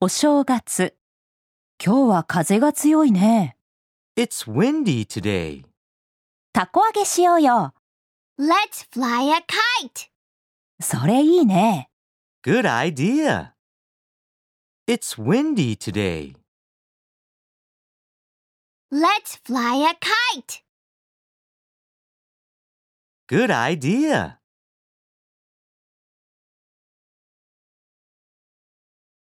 お正月。今日は風が強いね。 It's windy today. たこ揚げしようよ。 Let's fly a kite. それいいね。 Good idea. It's windy today. Let's fly a kite. Good idea.